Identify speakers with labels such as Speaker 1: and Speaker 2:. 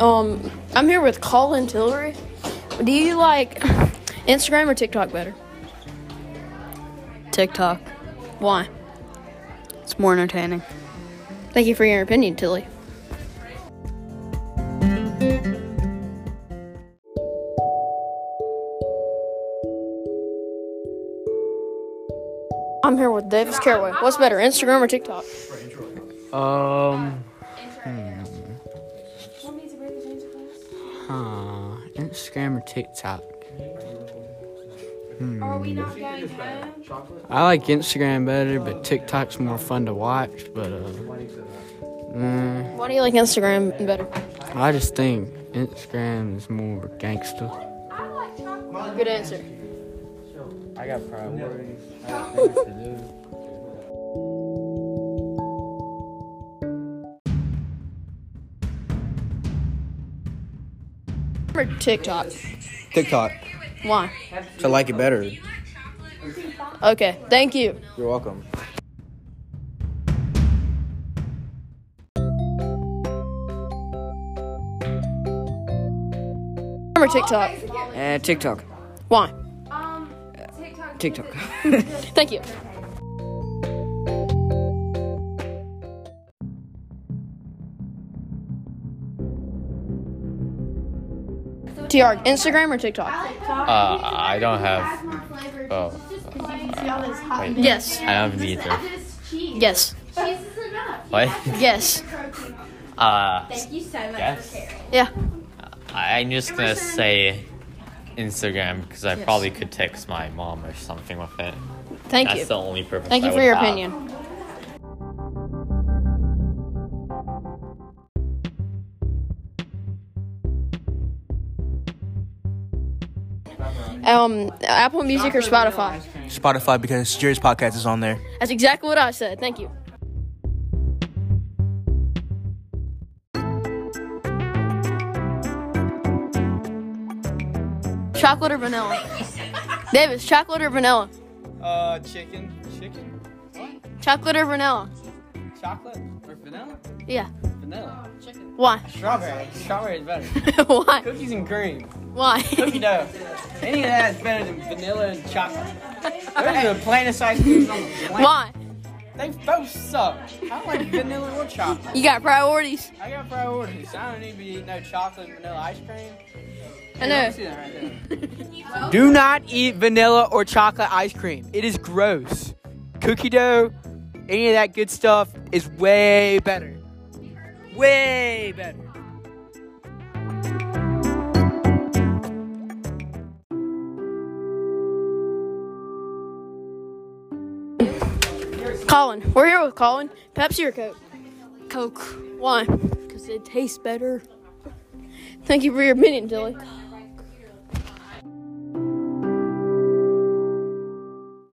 Speaker 1: Um, I'm here with Colin Tillery. Do you like Instagram or TikTok better?
Speaker 2: TikTok.
Speaker 1: Why?
Speaker 2: It's more entertaining.
Speaker 1: Thank you for your opinion, Tilly. I'm here with Davis Caraway. What's better, Instagram or TikTok?
Speaker 3: Um. Huh. Uh, Instagram or TikTok?
Speaker 4: Are we not going home?
Speaker 3: I like Instagram better, but TikTok's more fun to watch. But uh, mm,
Speaker 1: Why do you like Instagram better?
Speaker 3: I just think Instagram is more gangster.
Speaker 1: Good answer.
Speaker 3: I got priorities.
Speaker 1: Or TikTok?
Speaker 5: TikTok.
Speaker 1: Why?
Speaker 5: I like it better.
Speaker 1: Okay, thank you.
Speaker 5: You're welcome.
Speaker 1: Instagram or TikTok?
Speaker 2: Uh, TikTok.
Speaker 1: Why?
Speaker 4: Um, TikTok.
Speaker 2: TikTok.
Speaker 1: Thank you. TR, Instagram or TikTok?
Speaker 6: Uh, I don't have. Oh,
Speaker 1: Yes.
Speaker 6: I don't have either.
Speaker 1: Yes.
Speaker 4: Cheese is enough.
Speaker 6: What?
Speaker 1: Yes.
Speaker 6: Uh,
Speaker 4: Thank you so much
Speaker 6: Yes.
Speaker 4: for caring.
Speaker 1: Yeah.
Speaker 6: I- I'm just gonna say Instagram because I probably could text my mom or something with it.
Speaker 1: Thank
Speaker 6: That's
Speaker 1: you.
Speaker 6: the only purpose.
Speaker 1: Thank
Speaker 6: I
Speaker 1: you for
Speaker 6: would
Speaker 1: your
Speaker 6: have.
Speaker 1: opinion. Um, Apple Music or Spotify?
Speaker 5: Spotify because Jerry's podcast is on there.
Speaker 1: That's exactly what I said. Thank you. Chocolate or vanilla? Davis, chocolate or vanilla?
Speaker 7: Uh, chicken. Chicken?
Speaker 1: Chocolate or vanilla?
Speaker 7: Chocolate? Or vanilla?
Speaker 1: Yeah.
Speaker 7: Vanilla. Chicken.
Speaker 1: Why?
Speaker 7: Strawberry. Strawberry is better.
Speaker 1: Why?
Speaker 7: Cookies and cream.
Speaker 1: Why?
Speaker 7: Cookie dough. Any of that is better than vanilla and chocolate. Those are the plainest ice creams on the planet.
Speaker 1: Why?
Speaker 7: They both suck. I don't like vanilla or chocolate.
Speaker 1: You got priorities.
Speaker 7: I got priorities. I don't need to be eating no chocolate and vanilla ice cream.
Speaker 1: I
Speaker 7: You
Speaker 1: know.
Speaker 7: see that right there. Do not eat vanilla or chocolate ice cream. It is gross. Cookie dough, any of that good stuff is way better. Way better.
Speaker 1: Colin, we're here with Colin. Pepsi or Coke? Coke. Why? Because it tastes better. Thank you for your opinion, Tilly.